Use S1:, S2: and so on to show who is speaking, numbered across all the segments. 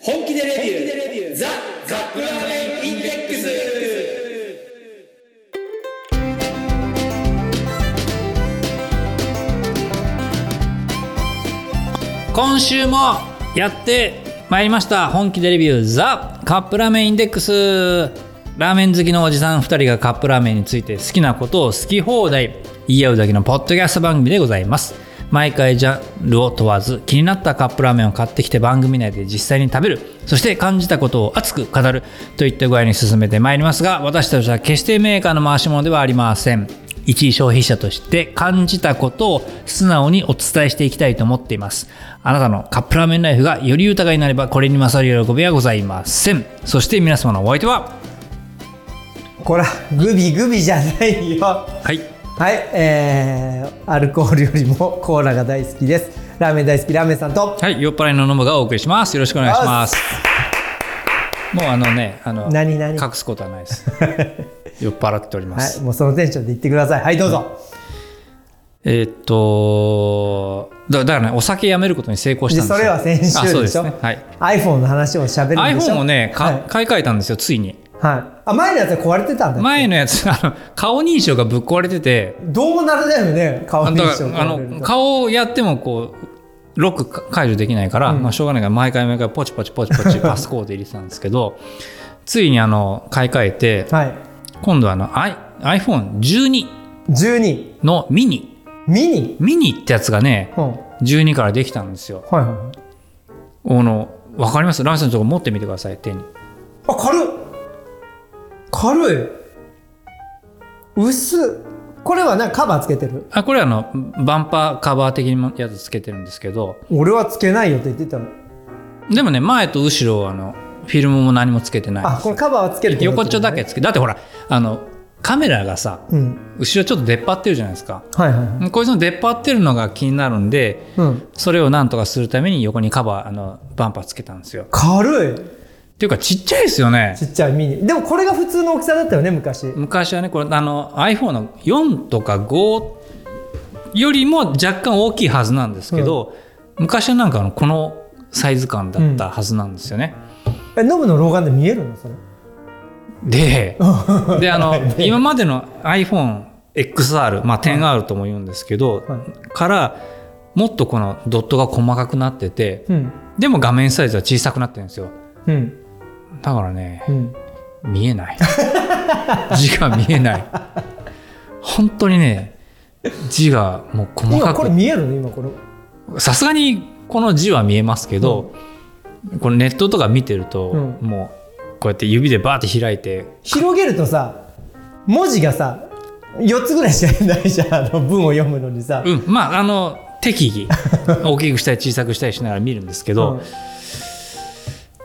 S1: でレビューザ・カップラーメンインデックス
S2: 今週もやってまいりました本気でレビューザカップラーメンインデックスラーメン好きのおじさん2人がカップラーメンについて好きなことを好き放題言い合うだけのポッドキャスト番組でございます毎回ジャンルを問わず気になったカップラーメンを買ってきて番組内で実際に食べるそして感じたことを熱く語るといった具合に進めてまいりますが私たちは決してメーカーの回し物ではありません一消費者として感じたことを素直にお伝えしていきたいと思っています。あなたのカップラーメンライフがより豊かになればこれに勝る喜びはございません。そして皆様のお相手は
S3: こらグビグビじゃないよは
S2: はい。
S3: いえー、アルコールよりもコーラが大好きですラーメン大好きラーメンさんと
S2: はい、酔っ払いのノムがお送りします。よろしくお願いします。もうあのね、あの、
S3: 何何
S2: 隠すことはないで す。酔っ払っておりま
S3: は
S2: す。
S3: いもうそのテンションで言ってくださいはいどうぞ、
S2: えーっとだ、だからね、お酒やめることに成功した
S3: で
S2: んです
S3: そ
S2: よ。
S3: れは先
S2: あ
S3: 週
S2: そう
S3: ですしょ
S2: ねはい。
S3: iPhone の話をしゃべるんでしょ
S2: iPhone をね、か
S3: はい、
S2: 買い替えたんですよ、ついに。
S3: はいあ前のやつは壊れてたんだ
S2: 前のやつ、あの、顔認証がぶっ壊れてて、
S3: どうなるだよね顔
S2: あ
S3: 認
S2: だか
S3: 証
S2: らあの顔をやってもこうロックか解除できないから、まあ、しょうがないから毎回毎回ポチポチポチポチ パスコード入れてたんですけどついにあの買い替えて
S3: はい
S2: 今度はあの I- iPhone12
S3: 12
S2: のミニ
S3: ミニ
S2: ミニってやつがね
S3: うんはい
S2: 12からできたんですよ
S3: はいはい
S2: あのわかりますランさんちょっと持ってみてください手に
S3: あ軽っ軽い薄っこれはなんかカバーつけてる
S2: あこれはあのバンパーカバー的なやつつけてるんですけど
S3: 俺はつけないよって言ってたの
S2: でもね前と後ろはあのフィルムも何もつけてない
S3: あこのカバーはつけるってこと
S2: 横っちょだけつけだってほらあのカメラがさ
S3: うん
S2: 後ろちょっと出っ張ってるじゃないですか
S3: はいはいはい
S2: こいつの出っ張ってるのが気になるんで
S3: うん
S2: それをなんとかするために横にカバーあのバンパーつけたんですよ
S3: 軽い
S2: っていうかちっちゃいですよね
S3: ちっちゃいミニでもこれが普通の大きさだったよね昔
S2: 昔はねこれあの iPhone の4とか5よりも若干大きいはずなんですけど、昔はなんかあのこのサイズ感だったはずなんですよね、
S3: えノブの老眼で見えるのそれ
S2: でであの今までの iPhoneXR、まあ、10R とも言うんですけど、
S3: は
S2: からもっとこのドットが細かくなってて
S3: うん
S2: でも画面サイズは小さくなってるんですよ
S3: うん
S2: だからね
S3: うん
S2: 見え ない字が見えない本当にね字がもう細
S3: 今
S2: か
S3: これ
S2: く
S3: 見えるの今これ
S2: さすがにこの字は見えますけど、このネットとか見てると、
S3: うん
S2: もうこうやって指でバーって開いて
S3: 広げるとさ文字がさ4つぐらいしかないじゃんあの文を読むのにさ、
S2: うん、まああの適宜 大きくしたり小さくしたりしながら見るんですけ
S3: うん
S2: ど、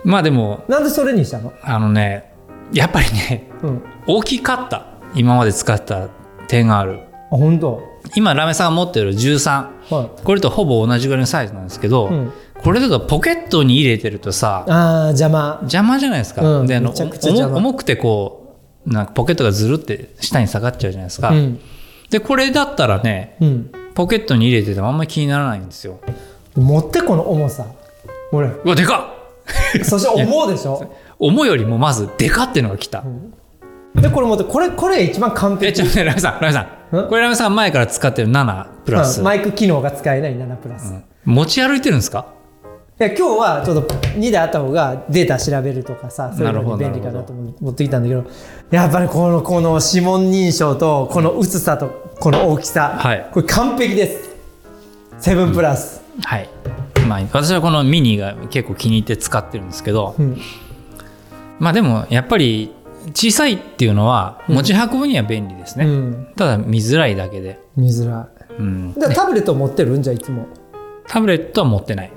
S2: まあでも
S3: なんでそれにしたの
S2: あのねやっぱりね
S3: うん
S2: 大きかった今まで使ってた点がある
S3: あ本当
S2: 今ラメさんが持ってる13
S3: は
S2: これとほぼ同じぐらいのサイズなんですけど、
S3: うん
S2: これだとポケットに入れてるとさ
S3: いあー邪魔
S2: 邪魔じゃないですか、
S3: うん
S2: であの
S3: めちゃくちゃ邪
S2: 重
S3: 魔
S2: 重くてこうなんかポケットがずるって下に下がっちゃうじゃないですか、
S3: うん
S2: でこれだったらね
S3: うん
S2: ポケットに入れててもあんまり気にならないんですよ
S3: 持ってこの重さ俺
S2: うわでかっ
S3: そして思うでしょ
S2: 思うよりもまずでかってのが来た、
S3: でこれ持ってこれこれ一番完
S2: え
S3: 璧
S2: ちょっとねラメさんラメさん
S3: ん
S2: これラメさん前から使ってる7プラス、
S3: うんマイク機能が使えない7プラス、い
S2: 持ち歩いてるんですか
S3: や今日はちょっと2であった方がデータ調べるとかさそういうのに便利かなと思って持ってきたんだけどやっぱりこのこの指紋認証とこの薄さとこの大きさ、
S2: はい
S3: これ完璧です7プラス、
S2: はいまあ私はこのミニが結構気に入って使ってるんですけど、
S3: うん
S2: まあでもやっぱり小さいっていうのは持ち運ぶには便利ですね、
S3: うん
S2: ただ見づらいだけで、
S3: 見づら
S2: うん
S3: いだからタブレット持ってるんじゃあいつも
S2: タブレットは持ってない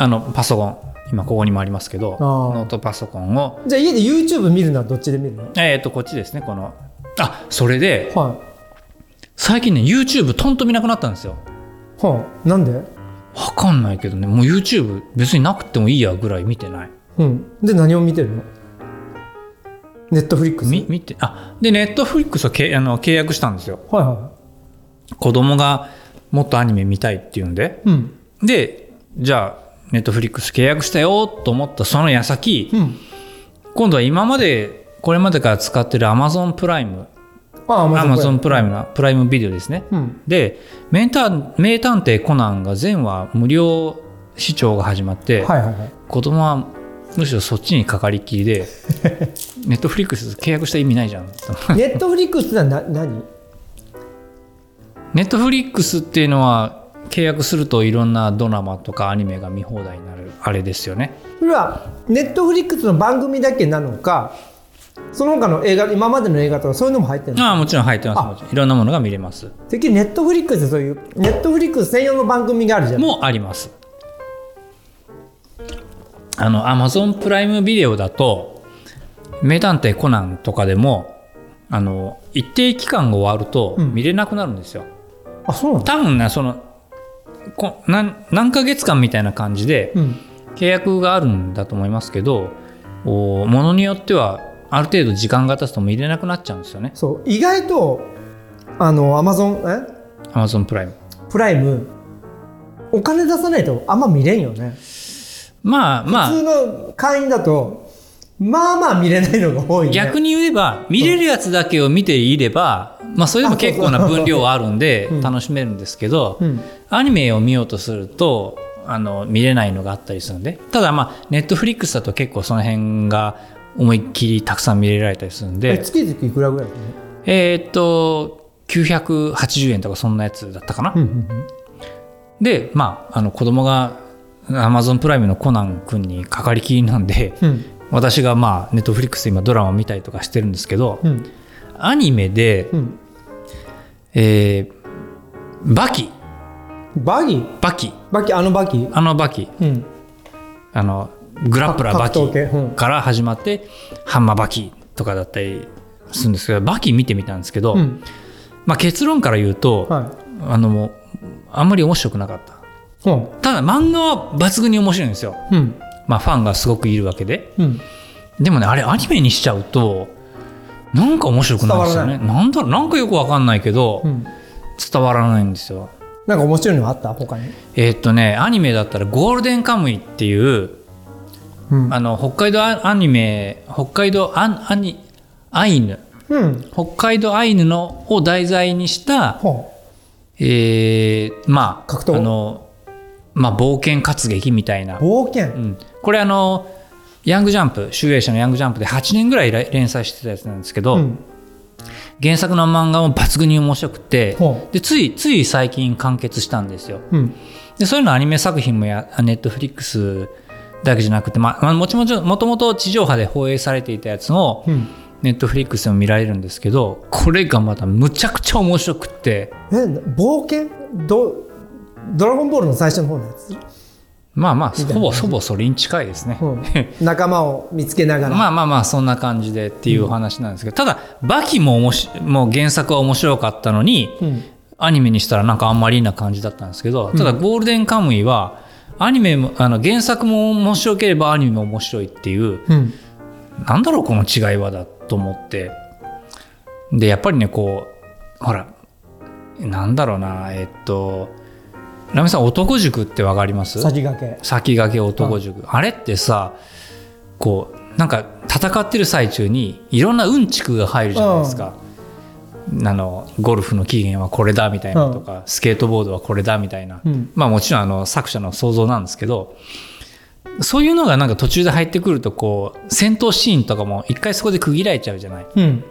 S2: あのパソコン今ここにもありますけど
S3: あー
S2: ノートパソコンを
S3: じゃあ家で YouTube 見るのはどっちで見るの
S2: えっ、とこっちですねこのあそれで
S3: は
S2: 最近ね YouTube とんと見なくなったんですよ
S3: いはいなんで
S2: わかんないけどねもう YouTube 別になくてもいいやぐらい見てない
S3: うんで何を見てるのネットフリックス
S2: み見てあで Netflix をけあの契約したんですよ
S3: はいは
S2: 子供がもっとアニメ見たいっていうんで
S3: いうん
S2: でじゃあネットフリックス契約したよと思ったその矢先、
S3: うん
S2: 今度は今までこれまでから使ってる Amazon プライム
S3: ああ
S2: Amazon プライムなプライムビデオですね、
S3: うん
S2: で名探「名探偵コナン」が全話無料視聴が始まって、
S3: はいはい はい
S2: 子供はむしろそっちにかかりっきりでネットフリックス契約した意味ないじゃん
S3: ネットフリックスはな何
S2: ネットフリックスっていうのは契約するといろんなドラマとかアニメが見放題になるあれですよね
S3: それはネットフリックスの番組だけなのかその他の映画今までの映画とかそういうのも入ってるの
S2: ああもちろん入ってますもちろんいろんなものが見れます
S3: てっきりネットフリックスでそういうネットフリックス専用の番組があるじゃん
S2: もありますあの Amazon プライムビデオだと「名探偵コナン」とかでもあの一定期間が終わると
S3: ん
S2: 見れなくなるんですよ、
S3: あそうなの
S2: 多分ねそのこなん何ヶ月間みたいな感じで
S3: うん
S2: 契約があるんだと思いますけど、おものによってはある程度時間が経つと見れなくなっちゃうんですよね
S3: そう意外とあのアマゾンえ
S2: Amazon プライム
S3: プライムお金出さないとあんま見れんよね
S2: まあまあ
S3: 普通の会員だとまあまあ見れないのが多い、ね、
S2: 逆に言えば見れるやつだけを見ていれば、まあ、それでも結構な分量はあるんで
S3: ん
S2: 楽しめるんですけど、
S3: うん
S2: アニメを見ようとするとあの見れないのがあったりするんでただまあネットフリックスだと結構その辺が思いっきりたくさん見れられたりするん
S3: え
S2: で
S3: 月々いくらぐらいだね
S2: えーっと980円とかそんなやつだったかな、
S3: うんうん
S2: でまああの子供が Amazon プライムのコナン君にかかりきりなんで、
S3: うん
S2: 私がまあネットフリックスで今ドラマ見たりとかしてるんですけど、
S3: うん
S2: アニメで、
S3: うん
S2: えーバキ
S3: うんバギー
S2: バキ
S3: バキあのバギー
S2: あのバキ
S3: うん
S2: あのグラップラーバ
S3: 格
S2: キ
S3: 闘系うん
S2: から始まって、ハンマーバキとかだったりするんですけどバキ見てみたんですけど、
S3: うん
S2: まあ、結論から言うと、
S3: は
S2: あのもうあんまり面白くなかった
S3: いうん
S2: ただ漫画は抜群に面白いんですよ、
S3: うん
S2: まあ、ファンがすごくいるわけで
S3: うん
S2: でもねあれアニメにしちゃうとなんか面白くないんですよね
S3: 伝
S2: なんだろうなんかよくわかんないけど、
S3: うん
S2: 伝わらないんですよ
S3: なんか面白いのあった他に
S2: えーっとねアニメだったら「ゴールデンカムイ」っていう
S3: うん
S2: あの北海道アアニメ北海道アンアニアイヌ
S3: うん
S2: 北海道アイヌのを題材にした、
S3: ほ
S2: えーまあ
S3: 格闘
S2: あの、まあ、冒険活劇みたいな
S3: う、冒険
S2: うん、これあのヤングジャンプ集英社のヤングジャンプで8年ぐらいら連載してたやつなんですけど、
S3: うん
S2: 原作の漫画も抜群に面白くて
S3: ほ
S2: でついつい最近完結したんですよ
S3: うん
S2: でそういうのアニメ作品もやネットフリックスだけじゃなくて、まあ、まあもちもちもともと地上波で放映されていたやつを
S3: うん
S2: ネットフリックスでも見られるんですけどこれがまたむちゃくちゃ面白くって
S3: え冒険どドラゴンボールの最初の方のやつ、
S2: まあまあ
S3: いな
S2: ほぼほぼそれに近いですね、
S3: うん、 仲間を見つけなが ら、
S2: まあまあまあそんな感じでっていうお話なんですけど、ただ「バキもおもし」もう原作は面白かったのに、
S3: うん
S2: アニメにしたらなんかあんまりな感じだったんですけどただ「ゴールデンカムイは」アニメもあの原作も面白ければアニメも面白いっていう
S3: うん
S2: なんだろうこの違いはだと思ってでやっぱりねこうほらなんだろうなえっとラミさん男塾ってわかります
S3: 先駆け
S2: 先駆け男塾、あれってさこうなんか戦ってる最中にいろんなうんちくが入るじゃないですか、あのゴルフの起源はこれだみたいなとか、スケートボードはこれだみたいな、
S3: うん
S2: まあもちろんあの作者の想像なんですけどそういうのがなんか途中で入ってくるとこう戦闘シーンとかも一回そこで区切られちゃうじゃない
S3: うん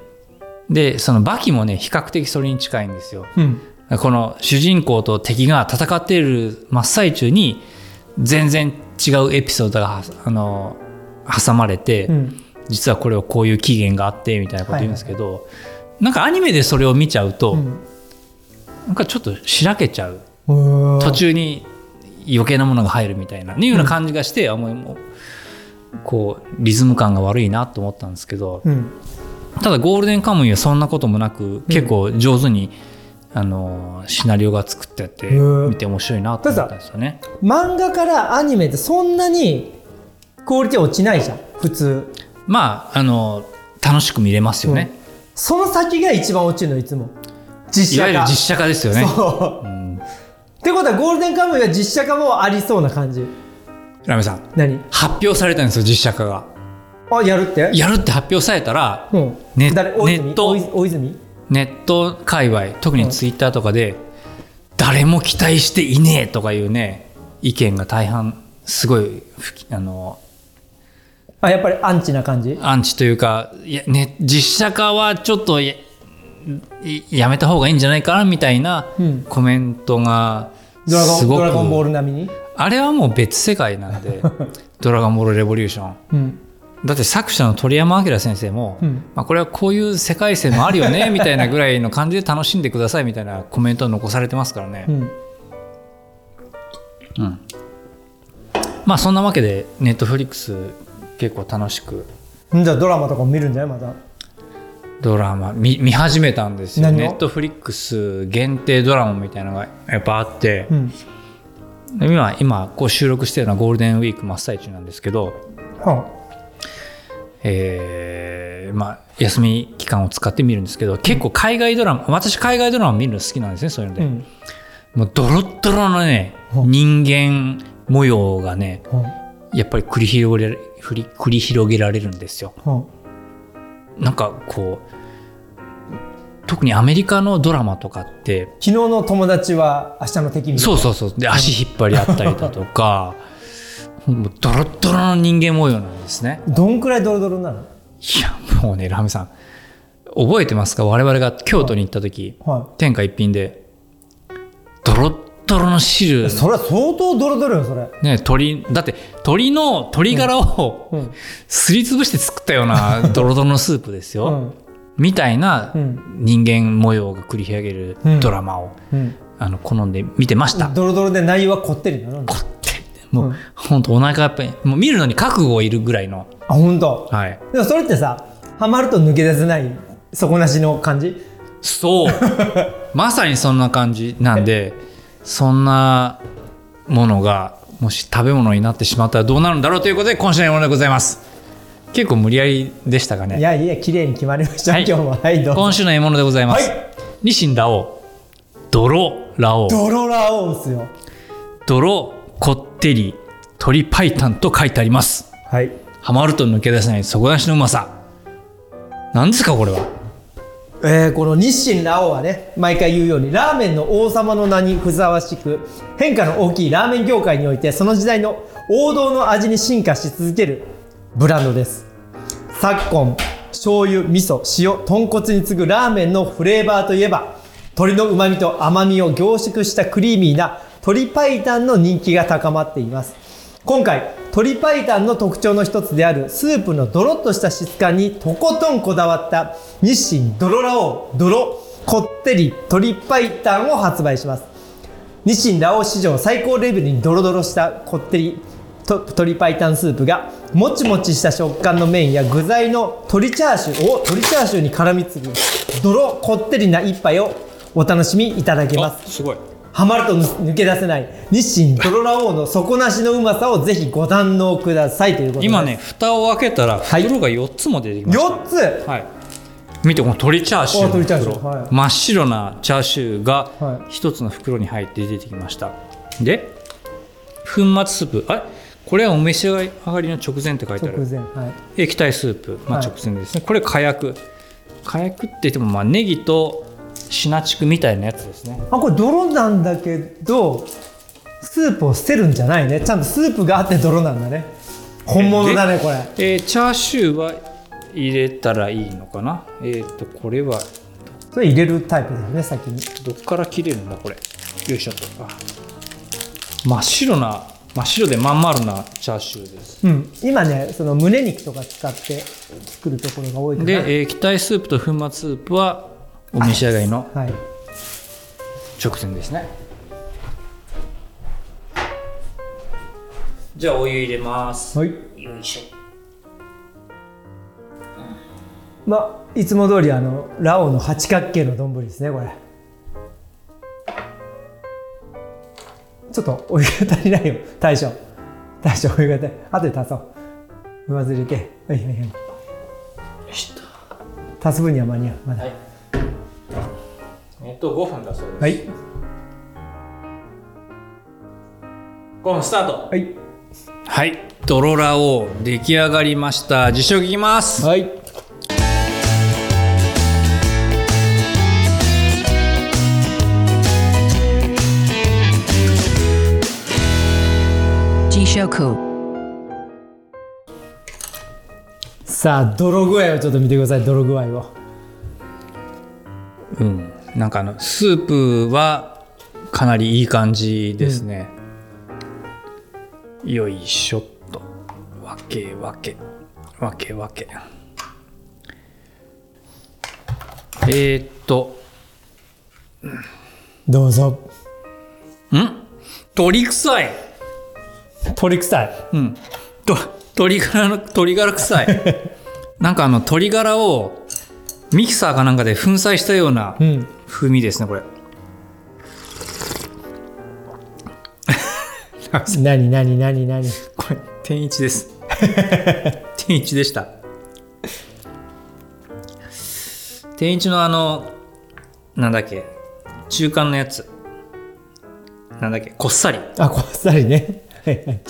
S2: でそのバキもね比較的それに近いんですよ、
S3: うん
S2: この主人公と敵が戦っている真っ最中に全然違うエピソードがはあの挟まれて、
S3: うん
S2: 実はこれはこういう起源があってみたいなこと言うんですけど、なんかアニメでそれを見ちゃうと、
S3: ん
S2: なんかちょっとしらけちゃう
S3: うーん
S2: 途中に余計なものが入るみたいな、いうような感じがしてあもうもうこうリズム感が悪いなと思ったんですけど、
S3: うん
S2: ただゴールデンカムイはそんなこともなく結構上手に、あのシナリオが作ってあって
S3: うん
S2: 見て面白いなと思ったんですよね。
S3: 漫画からアニメってそんなにクオリティ落ちないじゃん普通
S2: まああの楽しく見れますよね。
S3: その先が一番落ちるのいつも
S2: い
S3: 実
S2: わ
S3: 写
S2: ゆる
S3: 化
S2: 実写化ですよね。
S3: そう、ってことはゴールデンカムイは実写化もありそうな感じ
S2: ラメさん
S3: 何
S2: 発表されたんですよ実写化が
S3: あやるって
S2: やるって発表されたら、
S3: うん
S2: ネ
S3: 誰大
S2: ネッ
S3: 泉
S2: ト
S3: 大泉大泉
S2: ネット界隈特にツイッターとかで、誰も期待していねえとかいうね意見が大半すごい吹きあの
S3: あやっぱりアンチな感じ
S2: アンチというかいや、ね、実写化はちょっとやいやめた方がいいんじゃないかなみたいな
S3: うん
S2: コメントが
S3: ドラゴ
S2: す
S3: ン
S2: ご
S3: ド
S2: く、
S3: ラゴンボール並みに
S2: あれはもう別世界なん で「ドラゴンボールレボリューション
S3: うん」
S2: だって作者の鳥山明先生も、
S3: うん
S2: まあ、これはこういう世界線もあるよねみたいなぐらいの感じで楽しんでくださいみたいなコメントを残されてますからね、
S3: うん
S2: まあそんなわけでネットフリックス結構楽しく
S3: んじゃあドラマとかも見るんじゃないまた
S2: ドラマ見見始めたんですよ
S3: 何を
S2: ネットフリックス限定ドラマみたいなのがやっぱあって
S3: う、ん
S2: 今今こう収録してるのはゴールデンウィーク真っ最中なんですけど、
S3: は
S2: えーまあ、休み期間を使って見るんですけど結構海外ドラマ私海外ドラマ見るの好きなんですねそういうの
S3: あう
S2: で、
S3: ん
S2: もうドロッドロのね
S3: は
S2: 人間模様がね
S3: は
S2: やっぱり繰り広げられ繰り繰り広げられるんですよ
S3: あは
S2: なんかこう特にアメリカのドラマとかって
S3: 昨日の友達は明日の敵みたいな
S2: そうそうそうで足引っ張り合ったりだとかもうドロッドロの人間模様なんですね
S3: どんくらいドロドロなの
S2: いやもうねラムさん覚えてますか我々が京都に行った時
S3: は
S2: 天下一品でドロッドロの汁
S3: いそれは相当ドロドロよそれ
S2: ね鳥だって鳥の鶏ガラを
S3: うん
S2: すりつぶして作ったようなドロドロのスープですよ、
S3: うん
S2: みたいな
S3: うん
S2: 人間模様が繰り広げるドラマを、
S3: うん
S2: あの好んで見てました、
S3: ドロドロで内容はこってりなの
S2: こってもう、
S3: うん
S2: ほんとお腹やっぱりもう見るのに覚悟いるぐらいの
S3: あ本当。
S2: はい
S3: でもそれってさハマると抜け出せない底なしの感じ
S2: そうまさにそんな感じなんでそんなものがもし食べ物になってしまったらどうなるんだろうということで今週のものでございます結構無理やりでしたか
S3: い
S2: ね
S3: やいや綺麗に決まりました、
S2: はい
S3: 今日もはいどうぞ
S2: 今週の獲物でございます、
S3: はい
S2: ニシンラオウドロラオウ
S3: ドロラオウっすよ
S2: ドロこってり鳥パイタンと書いてあります
S3: はい
S2: ハマると抜け出せない底なしのうまさ何ですかこれは
S3: えーこの日清ラオウはね毎回言うようにラーメンの王様の名にふさわしく変化の大きいラーメン業界においてその時代の王道の味に進化し続けるブランドです昨今醤油味噌塩豚骨に次ぐラーメンのフレーバーといえば鶏の旨味と甘みを凝縮したクリーミーな鶏白湯の人気が高まっています今回鶏白湯の特徴の一つであるスープのドロッとした質感にとことんこだわった日清ドロラオウドロこってり鶏白湯を発売します日清ラオウ史上最高レベルにドロドロしたこってりと鶏白湯スープがもちもちした食感の麺や具材の鶏チャーシューを鶏チャーシューに絡みつくドロこってりな一杯をお楽しみいただけます
S2: すごい
S3: ハマると抜け出せない日清ドロラオウの底なしのうまさをぜひご堪能くださいということで
S2: 今ね蓋を開けたら
S3: はい
S2: 袋が4つも出てきました、
S3: 4つ
S2: はい、見てこの鶏チャーシューの
S3: あ鶏チャーシュー
S2: 袋
S3: はい
S2: 真っ白なチャーシューが
S3: は
S2: 一つの袋に入って出てきました、で粉末スープあれこれはお召し上がりの直前って書いてあ
S3: 直
S2: る
S3: 前はい
S2: 液体スープ、まあ、
S3: はい
S2: 直前ですね、これ火薬火薬って言ってもまあネギとシナチクみたいなやつですね
S3: あこれ泥なんだけどスープを捨てるんじゃないねちゃんとスープがあって泥なんだね本物だねこれ
S2: えーチャーシューは入れたらいいのかなえっ、とこれは
S3: それ入れるタイプだよね先に
S2: どっから切れるんだこれよいしょっとあ真っ白な真っ白でまん丸なチャーシューです
S3: うん今ねその胸肉とか使って作るところが多いから
S2: で、えー液体スープと粉末スープはお召し上がりの
S3: はい
S2: 直前ですねじゃあお湯入れます
S3: はい
S2: よいし
S3: まあいつも通りあのラオウの八角形の丼ですねこれちょっとお湯が足りないよ大将大将お湯が足りない後で足そう上ずれてはいはいはい
S2: ょよしと
S3: 足す分には間に合うまだ
S2: はい熱湯5分だそうです、
S3: はい
S2: 5分スタート
S3: はい
S2: はいとろラを出来上がりました実証聞きます
S3: はいさあ泥具合をちょっと見てください泥具合を
S2: うん、なんかあのスープはかなりいい感じですね、よいしょっとわけわけわけわけえー、っと
S3: どうぞ
S2: ん鳥臭い
S3: 鳥臭い
S2: うんと鶏ガラの鶏ガラ臭 いなんかあの鶏ガラをミキサーかなんかで粉砕したような
S3: うん
S2: 風味ですねこれ
S3: 何何何何
S2: これ天一です天一でした天一のあのなんだっけ中間のやつなんだっけこっさり
S3: あこっさりねはいはい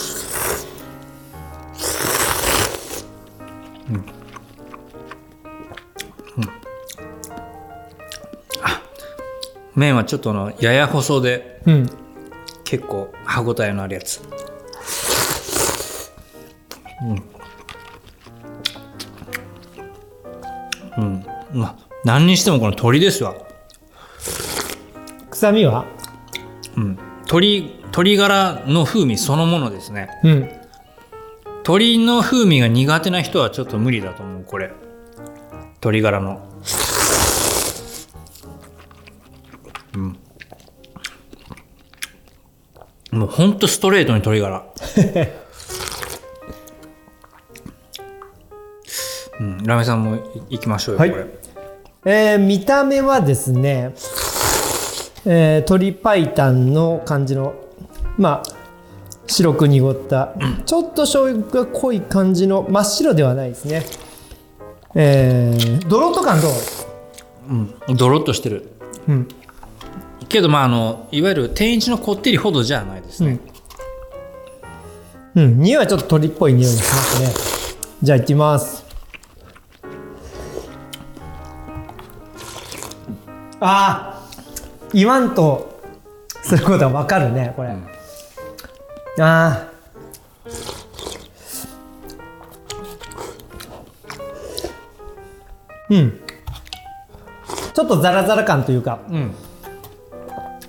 S2: 麺はちょっとあのやや細で
S3: うん
S2: 結構歯ごたえのあるやつうん、うん、まあ何にしてもこの鶏ですわ
S3: 臭みは
S2: うん鶏鶏ガラの風味そのものですね
S3: うん
S2: 鶏の風味が苦手な人はちょっと無理だと思うこれ鶏ガラのうんもうほんとストレートに鶏 ガラうんラメさんもいいきましょうよ、
S3: はい
S2: これ
S3: えー見た目はですね、えー、鶏白湯の感じのまあ白く濁った、ちょっと醤油が濃い感じの真っ白ではないですねえー、ドロッと感どう
S2: うんドロッとしてる
S3: うん
S2: けどまああのいわゆる天一のこってりほどじゃないですね、
S3: うん匂いはちょっと鶏っぽい匂いがしますねじゃあいきますあー言わんとすることはわかるねこれ、あーうんちょっとザラザラ感というか
S2: うん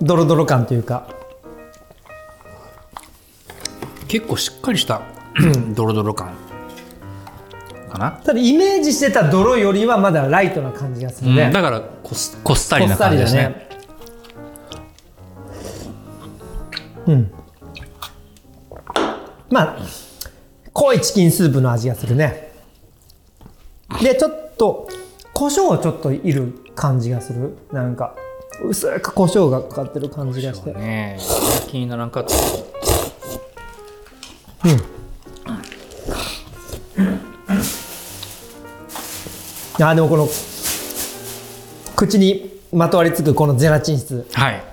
S3: ドロドロ感というか
S2: 結構しっかりした ドロドロ感かな、
S3: ただイメージしてた泥よりはまだライトな感じがするね、
S2: だからこすこっさ
S3: こ
S2: り
S3: っ
S2: な
S3: さ
S2: 感
S3: り
S2: じで
S3: だ
S2: すね
S3: ね。うん。まあ、濃いチキンスープの味がするね。で、ちょっと、胡椒ちょっといる感じがする。なんか、薄く胡椒がかかってる感じがして。
S2: ねえ気にならんかった
S3: あ、でもこの、口にまとわりつくこのゼラチン質。
S2: はい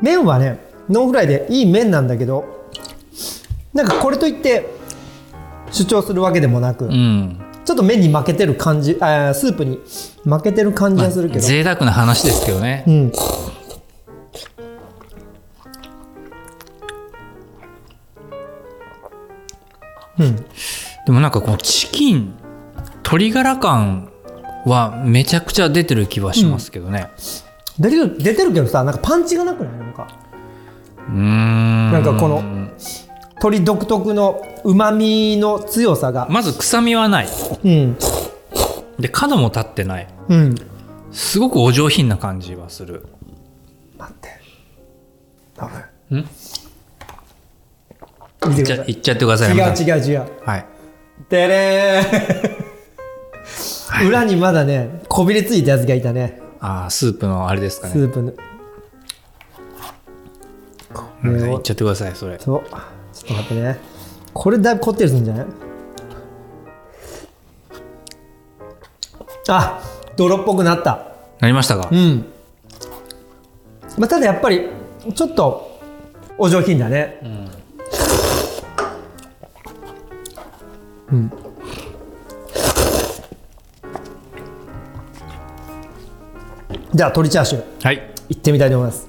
S3: 麺はねノンフライでいい麺なんだけどなんかこれといって主張するわけでもなく、
S2: うん
S3: ちょっと麺に負けてる感じあースープに負けてる感じがするけど、
S2: 贅沢な話ですけどね
S3: うん
S2: でもなんかこのチキン鶏ガラ感はめちゃくちゃ出てる気はしますけどね
S3: 出てる出てるけどさなんかパンチがなくないなんか
S2: うーん
S3: なんかこの鶏独特のうまみの強さが
S2: まず臭みはない
S3: うん
S2: で角も立ってない
S3: うん
S2: すごくお上品な感じはする
S3: 待って
S2: ん
S3: 見
S2: い
S3: て
S2: っ
S3: く
S2: ち
S3: だ
S2: ゃ
S3: さ
S2: いっちゃってください
S3: い
S2: 山田
S3: 違う違う違う
S2: さんはい
S3: てれーん裏にまだねこびりついたやつがいたね
S2: ああスープのあれですか
S3: ス
S2: ね
S3: ープの
S2: う
S3: これ
S2: んいっ
S3: を
S2: ちゃってくださいそれ
S3: そうちょっと待ってねこれだいぶこってりするんじゃないあ泥っぽくなった
S2: なりましたか
S3: うん、まあ、ただやっぱりちょっとお上品だねうんじゃあ鶏チャーシュー
S2: はい
S3: 行ってみたいと思います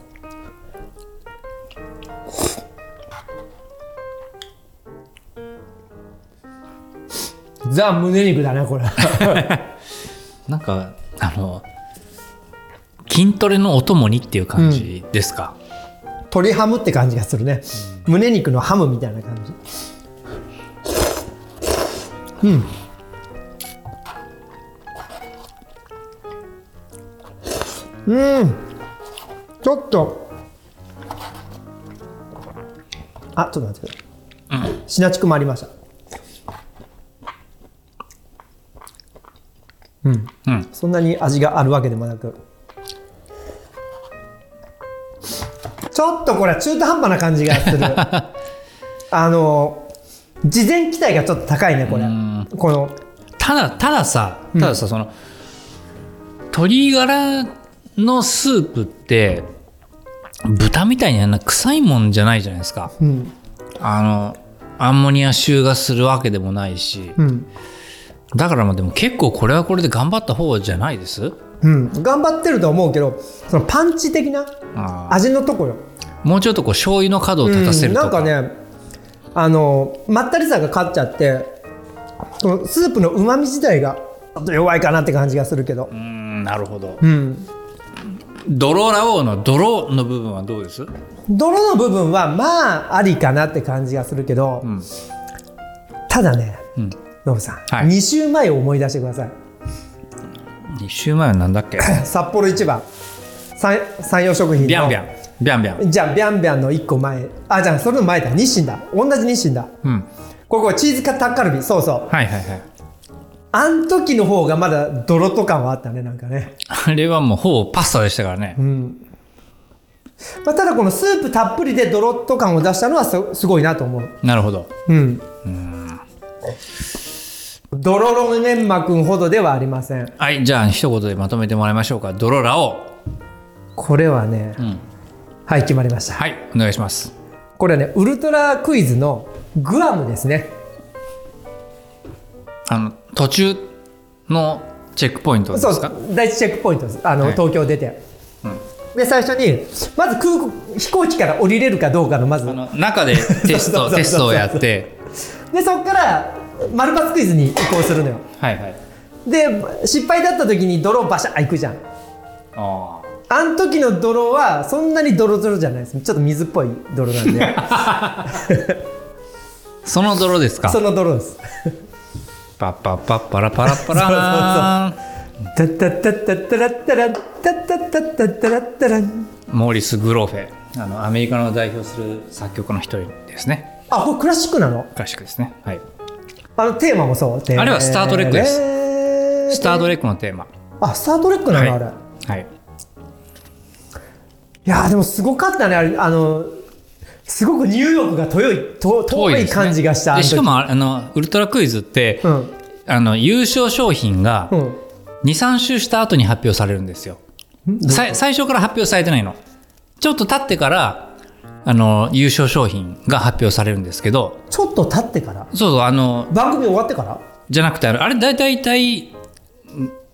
S3: ザ胸肉だねこれ
S2: なんかあの筋トレのお供にっていう感じですか、
S3: 鶏ハムって感じがするね、胸肉のハムみたいな感じうんうんちょっとあちょっと待ってください、シナチクもありましたうん、
S2: うん
S3: そんなに味があるわけでもなくちょっとこれは中途半端な感じが するあの事前期待がちょっと高いねこれこの
S2: ただたださたださ、その鶏ガラのスープって豚みたいにあんな臭いもんじゃないじゃないですか
S3: うん
S2: あのアンモニア臭がするわけでもないし
S3: うん
S2: だからまあでも結構これはこれで頑張った方じゃないです
S3: うん頑張ってると思うけどそのパンチ的な
S2: あー
S3: 味のとこよ、
S2: もうちょっとこう醤油の角を立たせ
S3: う
S2: る
S3: ん
S2: と
S3: な
S2: か,、
S3: んかねあのまったりさが勝っちゃってそのスープのうまみ自体がちょっと弱いかなって感じがするけど
S2: うんなるほど
S3: うん
S2: ドロラオのドロの部分はどうです
S3: 泥の部分はまあありかなって感じがするけど、
S2: ん
S3: ただね
S2: うん
S3: ノブさん、
S2: はい
S3: 2週前を思い出してください
S2: 2週前はなんだ っけ
S3: 札幌一番三山陽食品の
S2: ビャンビャンビャンビャン
S3: じゃあビャンビャンの1個前あじゃあそれの前だ日清だ同じ日清だ
S2: うん
S3: ここチーズカタッカルビそうそう
S2: はいはいはい
S3: あん時の方がまだ泥と感はあったねなんかね
S2: あれはもうほぼパスタでしたからね
S3: うん、まあ、ただこのスープたっぷりで泥と感を出したのはすすごいなと思う
S2: なるほど
S3: うん。ドロロネンマ君ほどではありません。
S2: はいじゃあ一言でまとめてもらいましょうかドロラオ
S3: これはね、
S2: ん
S3: はい、決まりました。
S2: はいお願いします
S3: これはね、ウルトラクイズのグアムですね。
S2: あの途中のチェックポイントです
S3: そ
S2: か
S3: うそう、第一チェックポイントです。あの、
S2: はい
S3: 東京出て。で、最初に、まず空港飛行機から降りれるかどうかの、まず
S2: あ。の中でテス
S3: そ
S2: ト
S3: うそうそうそう
S2: テストをやって
S3: で、そこから、マルパスクイズに移行するのよ。
S2: はいはい
S3: で、失敗だった時に泥バシャー行くじゃん。
S2: あ
S3: あの時の泥はそんなにドロドロじゃないですちょっと水っぽい 泥なんで
S2: ーその泥ですか
S3: その泥です
S2: パッパッパッパラパラパラーン
S3: タッタッタッタッタラッタランタッタッタッタッタラッタラン
S2: モーリス・グローフェあのアメリカの代表する作曲家の一人ですね
S3: あこれクラシックなの
S2: クラシックですねはい
S3: あのテーマもそう
S2: あれはスタートレックです
S3: す
S2: スタートレックのテーマ
S3: あスタートレックなの、
S2: はい
S3: あれ
S2: はい
S3: いやーでもすごかったねあれあのすごくニューヨークが遠い遠遠い
S2: ですね
S3: 感じがした、あの
S2: で
S3: 時
S2: しかもああのウルトラクイズって、
S3: うん
S2: あの優勝商品が
S3: うん
S2: 23周した後に発表されるんですよさい最初から発表されてないのちょっと経ってからあの優勝商品が発表されるんですけど
S3: ちょっと経ってから
S2: そうそうあの
S3: 番組終わってから
S2: じゃなくてあのあれ大体体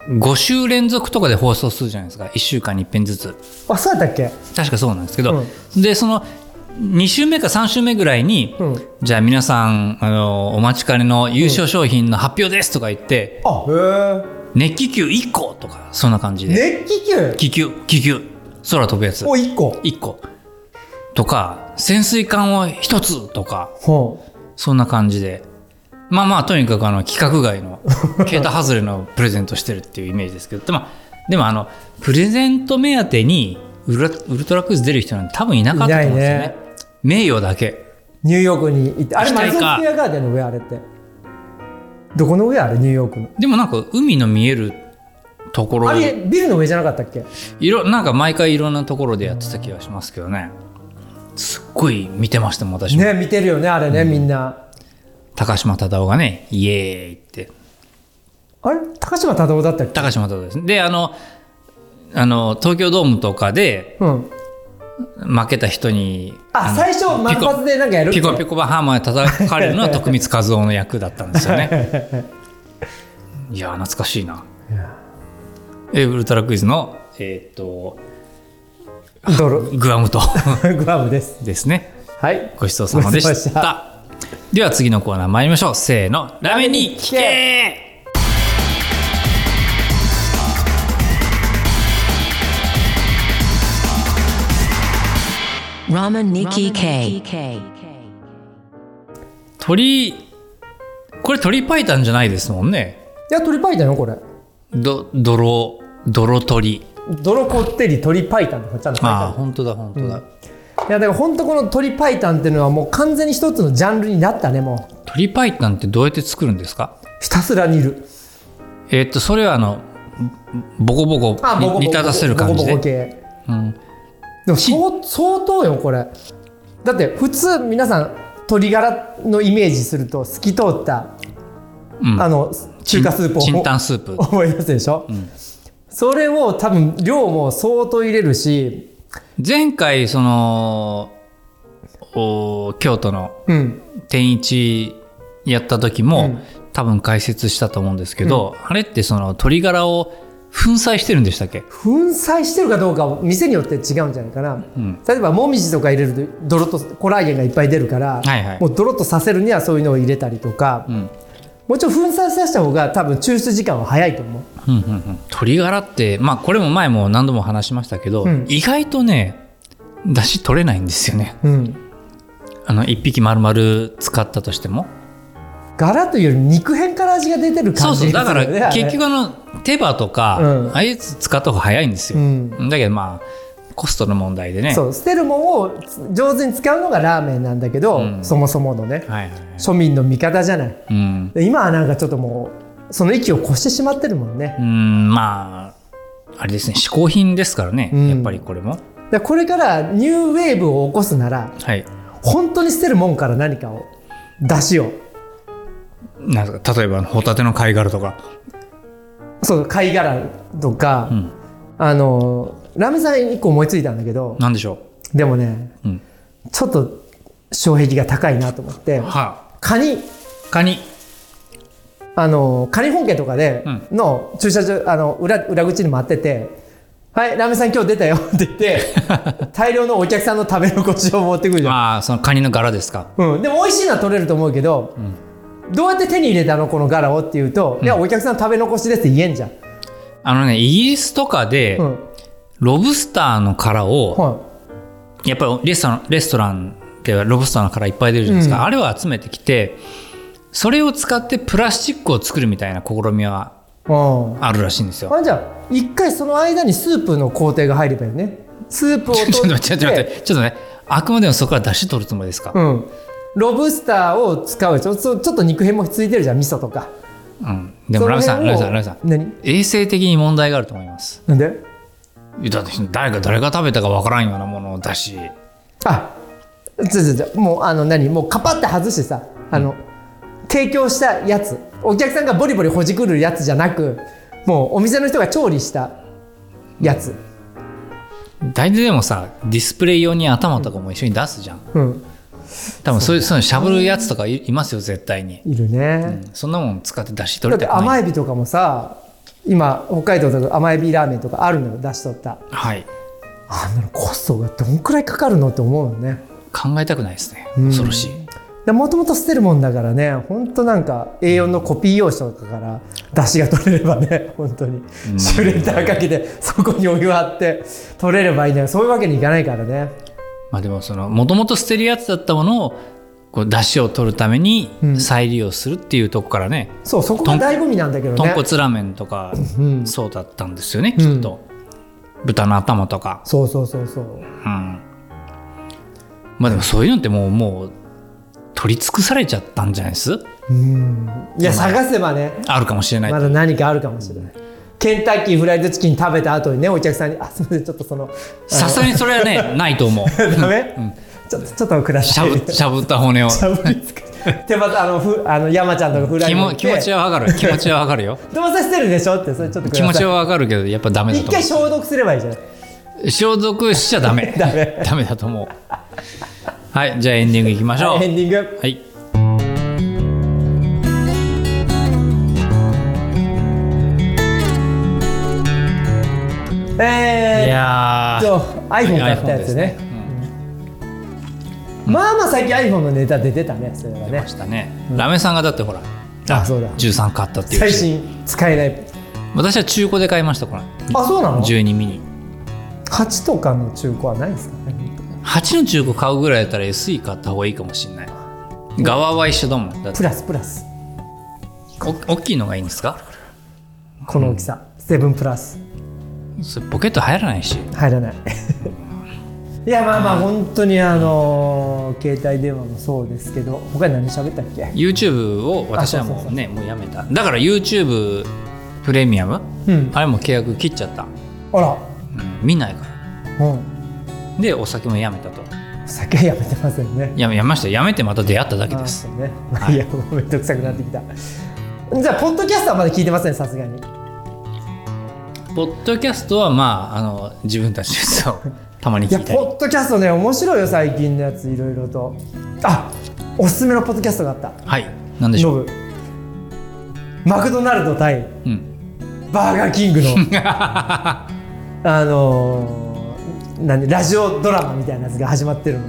S2: 5週連続とかで放送するじゃないですか1週間に1遍ずつ
S3: あそうやったっけ
S2: 確かそうなんですけど、でその2週目か3週目ぐらいに、
S3: うん
S2: じゃあ皆さんあのお待ちかねの優勝商品の発表ですとか言って、
S3: あへ
S2: 熱気球1個とかそんな感じ
S3: え
S2: で、
S3: 熱気球
S2: 気球気球空飛ぶやつ
S3: お一個
S2: 1個とか潜水艦を1つとか
S3: ほう
S2: そんな感じでまあまあとにかくあの規格外 の桁外れのプレゼントしてるっていうイメージですけどでもでもあのプレゼント目当てにウルラウルトラクイズ出る人なんて多分いなかったと思うんですよ
S3: いな
S2: ね
S3: いね
S2: 名誉だけ
S3: ニューヨークに行ってあれ
S2: 行き
S3: マ
S2: たい
S3: リ
S2: か
S3: ソンスクエアガーデンの上あれってどこの上あれニューヨークの
S2: でもなんか海の見えるところ
S3: あれビルの上じゃなかったっけ
S2: いろなんか毎回いろんなところでやってた気がしますけどねすっごい見てましたもん私も、
S3: ね見てるよねあれねみんな
S2: 高島忠夫がねイエーイって
S3: ああれ高島忠夫だったっけ
S2: 高島忠夫ですであのあの東京ドームとかで
S3: うん
S2: 負けた人に
S3: あ
S2: の
S3: 最初
S2: ピ
S3: 万
S2: コ
S3: 発でなんかやる
S2: ピコピコバハーマーで叩かれるのは徳光和夫の役だったんですよね いやー懐かしいなえウルトラクイズのえーっと
S3: ドル
S2: グアムと
S3: グアムです
S2: ですね
S3: はい
S2: ごちそうさまで
S3: ごち
S2: し
S3: そう
S2: た
S3: さ
S2: では次のコーナー参りましょうせーのラーメンに聞け
S4: ラーメンニキ K
S2: 鳥これ鳥パイタンじゃないですもんね
S3: いや鳥パイタンよこれ
S2: ど泥泥鳥
S3: 泥こってり鳥パイタンとかちゃんと書いて
S2: ああ
S3: あ
S2: 本当だ本当だ、
S3: るいやだから本当この鳥パイタンっていうのはもう完全に一つのジャンルになったねもう
S2: 鳥パイタンってどうやって作るんですか
S3: ひたすら煮る
S2: えーっとそれはあのボコボコに
S3: あボコボコ
S2: 煮立たせる感じ
S3: ボコボコ
S2: で
S3: 系
S2: うん
S3: でも相相当よこれだって普通皆さん鶏ガラのイメージすると透き通った、
S2: うん
S3: あの中華スープを
S2: チンチンタンスープ
S3: 思い出すでしょ、それを多分量も相当入れるし
S2: 前回そのお京都の
S3: うん
S2: 天一やった時も、多分解説したと思うんですけど、あれってその鶏ガラを粉砕してるんでしたっけ
S3: 粉砕してるかどうかは店によって違うんじゃないかな、例えばもみじとか入れると泥とコラーゲンがいっぱい出るから、
S2: はいはい
S3: もう泥とさせるにはそういうのを入れたりとか、
S2: ん
S3: もちろん粉砕させた方が多分抽出時間は早いと思う
S2: うんうんうん鶏ガラってまあこれも前も何度も話しましたけど、
S3: ん
S2: 意外とね出汁取れないんですよね
S3: うん
S2: あの1匹丸々使ったとしても
S3: 柄というより肉片から味が出てる
S2: そ
S3: 感
S2: う
S3: じ
S2: そうだから
S3: ですよねあれ
S2: 結局あの手羽とか、
S3: うん
S2: ああいうやつ使った方が早いんですよ、
S3: うん
S2: だけどまあコストの問題でね
S3: そう捨てるもんを上手に使うのがラーメンなんだけど、
S2: うん
S3: そもそものね、
S2: はいはいはい
S3: 庶民の味方じゃない
S2: うん、
S3: で今はなんかちょっともうその域を越してしまってるもんね
S2: う、ん、まああれですね嗜好品ですからね、
S3: うん
S2: やっぱりこれも
S3: でこれからニューウェーブを起こすなら
S2: はい
S3: 本当に捨てるもんから何かを出汁を
S2: なんですか例えばホタテの貝殻とか
S3: そう貝殻とか、
S2: うん
S3: あのラーメンさん一個思いついたんだけど
S2: なんでしょ
S3: でもね
S2: う、うん、
S3: ちょっと障壁が高いなと思って
S2: は
S3: カニ
S2: あカニ
S3: あのカニ本家とかで
S2: うん
S3: の駐車場あの裏裏口に待ってて「はいラーメンさん今日出たよ」って言って 大量のお客さんの食べ残しを持ってくるじゃん、
S2: ああそのカニの柄ですか
S3: うん、でも美味しいのは取れると思うけど、どうやって手に入れたのこの柄をって言うと「いやお客さん食べ残しです」って言えんじゃん、
S2: あのねイギリスとかで、
S3: うん
S2: ロブスターの殻を、
S3: は
S2: やっぱりレストランレストランではロブスターの殻いっぱい出るじゃないですか、
S3: うん、
S2: あれを集めてきてそれを使ってプラスチックを作るみたいな試みはい
S3: うん
S2: あるらしいんですよ。
S3: あじゃあ一回その間にスープの工程が入ればいいよねスープ を
S2: ちょっと
S3: 取っ
S2: 待ってちょっと待って
S3: て
S2: ちょっとねあくまでもそこから出汁取るつもりですか、
S3: うんロブスターを使うでしょそうちょっと肉片もついてるじゃん味噌とか
S2: うんでもラムさんラム
S3: そ
S2: さん
S3: の辺を
S2: ラムさん
S3: 何
S2: 衛生的に問題があると思います
S3: なんで
S2: いやだって誰が誰が食べたかわからんようなものだし
S3: あじゃじゃじゃもうあの何もうカパって外してさあの、提供したやつお客さんがボリボリほじくるやつじゃなくもうお店の人が調理したやつ、
S2: 大体でもさディスプレイ用に頭とかも一緒に出すじゃん
S3: うん、
S2: 多分そういうそういうのしゃぶるやつとかいいますよ絶対に、
S3: いるね、
S2: そんなもん使って出汁取れ
S3: だって
S2: てこない
S3: 甘エビとかもさ今北海道とか甘エビラーメンとかあるのよ出しとった
S2: はい
S3: あんなのコストがどんくらいかかるのって思うよね
S2: 考えたくないですね恐ろしい、
S3: もともと捨てるもんだからねほんとなんか A4 のコピー用紙とかから出汁が取れればね本当にシュレッダーかけてそこにお湯張って取れればいいんだけどそういうわけにいかないからね
S2: まあでもそのもともと捨てるやつだったものをこう出汁を取るために
S3: うん
S2: 再利用するっていうとこからね、
S3: そうそこが醍醐味なんだけどね
S2: 豚骨ラーメンとか
S3: うん
S2: そうだったんですよね、
S3: うん
S2: きっと豚の頭とか
S3: そうそうそうそう
S2: うんまあでもそういうのってもうもう取り尽くされちゃったんじゃないです
S3: うんいや探せばね
S2: あるかもしれない、
S3: まだ何かあるかもしれないケンタッキーフライドチキン食べた後にねお客さんに「あすみませんちょっとその
S2: さすがにそ れはねないと思う
S3: ダメ、ちょっとちょっとくだ
S2: し
S3: さ
S2: ゃ
S3: い」
S2: ぶしゃぶった骨を
S3: しゃぶりつか手羽あのふあの山ちゃんとかフライ
S2: 気
S3: に行っ
S2: も気
S3: て
S2: 持ちはわかる気持ちはわかるよ
S3: どうせ捨てるでしょってそれちょっとくだ
S2: 気
S3: さい
S2: 持ちはわかるけどやっぱダメだと
S3: 一回
S2: 思
S3: 消毒すればいいじゃん
S2: う消毒しちゃダメ
S3: ダメ
S2: ダメだと思うはいじゃあエンディングいきましょう
S3: エンディング
S2: はい。い
S3: えー
S2: や
S3: っ
S2: ー
S3: と iPhone 買ったやつねまあまあ最近 iPhone のネタ出てたねそれは
S2: 出
S3: ね
S2: ましたね、ラメさんがだってほら
S3: あそうだ
S2: 13買ったっていう
S3: 最新使えない
S2: 私は中古で買いましたこれ
S3: あそうなの
S2: 12ミニ
S3: 8とかの中古はないんですかね
S2: 8の中古買うぐらいだったら SE 買った方がいいかもしれない側は一緒だもんだっ
S3: プ
S2: て
S3: ラスプラス
S2: お大きいのがいいんですか
S3: この大きさ7プラス
S2: それポケット入らないし
S3: 入らない いやまあまあ本当にあのー携帯電話もそうですけど他に何喋ったっけ
S2: YouTube を私はもうねもうやめただから YouTube プレミアム、
S3: うん
S2: あれも契約切っちゃった、
S3: あら
S2: うん見ないから
S3: うん
S2: でお酒もやめたと
S3: 酒やめてませんね
S2: やめやめましたやめてまた出会っただけです
S3: あそうねま あいやもうめんどくさくなってきたじゃあポッドキャストはまだ聞いてませんさすがに
S2: ポッドキャストはまああの自分たちですよ たまに
S3: いや
S2: 聞いたり
S3: ポッドキャストね面白いよ最近のやついろいろとあおすすめのポッドキャストがあった
S2: はいなんでし
S3: ノ
S2: ょう、
S3: ブマクドナルド対
S2: うん、
S3: バーガーキ ングのあのー、なんでラジオドラマみたいなやつが始まってるの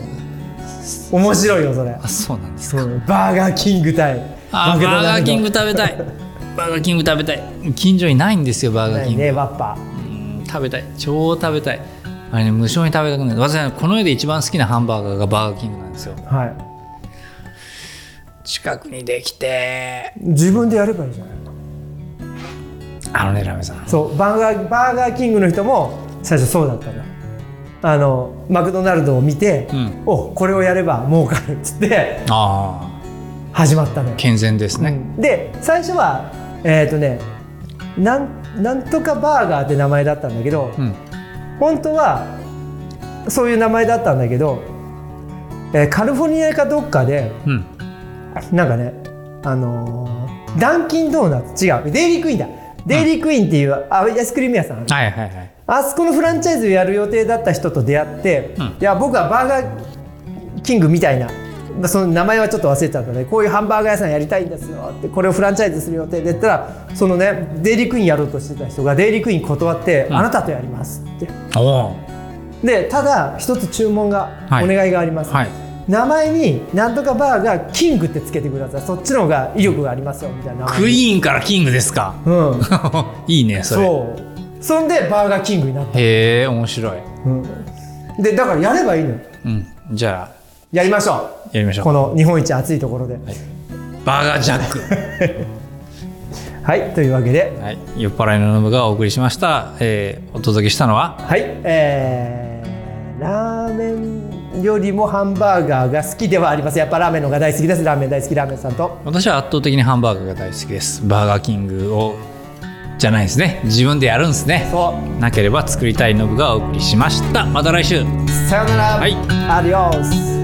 S3: 面白いよそれ
S2: あそうなんです
S3: そうバーガーキング対
S2: あ
S3: マクド
S2: バー
S3: ナ
S2: ガ
S3: ル
S2: ー
S3: ド
S2: キング食べたいバーガーキング食べたい近所にないんですよバーガー
S3: な
S2: キ
S3: い
S2: ング、
S3: ねワッパ
S2: うん食べたい超食べたいあれね無性に食べたくなる私はこの世で一番好きなハンバーガーがバーガーキングなんですよ
S3: ーはい
S2: 近くにできて
S3: 自分でやればいいじゃない
S2: あのねラメさん
S3: そうバーガーバーガーキングの人も最初そうだったのあのマクドナルドを見て、
S2: うん
S3: おこれをやれば儲かるっつって
S2: あ
S3: 始まったのよ
S2: あ、健全ですね、
S3: で最初はえっ、とねなんなんとかバーガーって名前だったんだけど、
S2: うん
S3: 本当はそういう名前だったんだけど、えーカリフォルニアかどっかで
S2: うん、
S3: なんかねあのーダンキンドーナツ違うデイリークイーンだデイリークイーンっていうあアイスクリーム屋さんある
S2: はいはいはい
S3: あそこのフランチャイズをやる予定だった人と出会って、
S2: うん
S3: いや僕はバーガーキングみたいなまあその名前はちょっと忘れてたのでこういうハンバーガー屋さんやりたいんですよってこれをフランチャイズする予定で言ったらそのねデイリークイーンやろうとしてた人がデイリークイーン断って、
S2: ん
S3: あなたとやりますって
S2: おお
S3: でただ一つ注文が、
S2: はい
S3: お願いがあります、
S2: はい
S3: 名前になんとかバーガーキングってつけてくださいそっちの方が威力がありますよみたいな名前
S2: クイーンからキングですか
S3: うん
S2: いいねそれ
S3: そうそんでバーガーキングになった、
S2: へえ面白い、
S3: うんでだからやればいいのよ
S2: うん、じゃ
S3: やりましょ
S2: あやりまし
S3: う
S2: ょ
S3: こ
S2: う
S3: の日本一暑いところではい、
S2: バーガージャック
S3: というわけで
S2: はい、酔っ払いのノブがお送りしました、えーお届けしたのは
S3: はいえー、ラーメンよりもハンバーガーが好きではありますやっぱラーメンの方が大好きですラーメン大好きラーメンさんと
S2: 私は圧倒的にハンバーガーが大好きですバーガーキングをじゃないですね自分でやるんですね
S3: そう
S2: なければ作りたいノブがお送りしましたまた来週
S3: さよなら、
S2: はい
S3: アディオス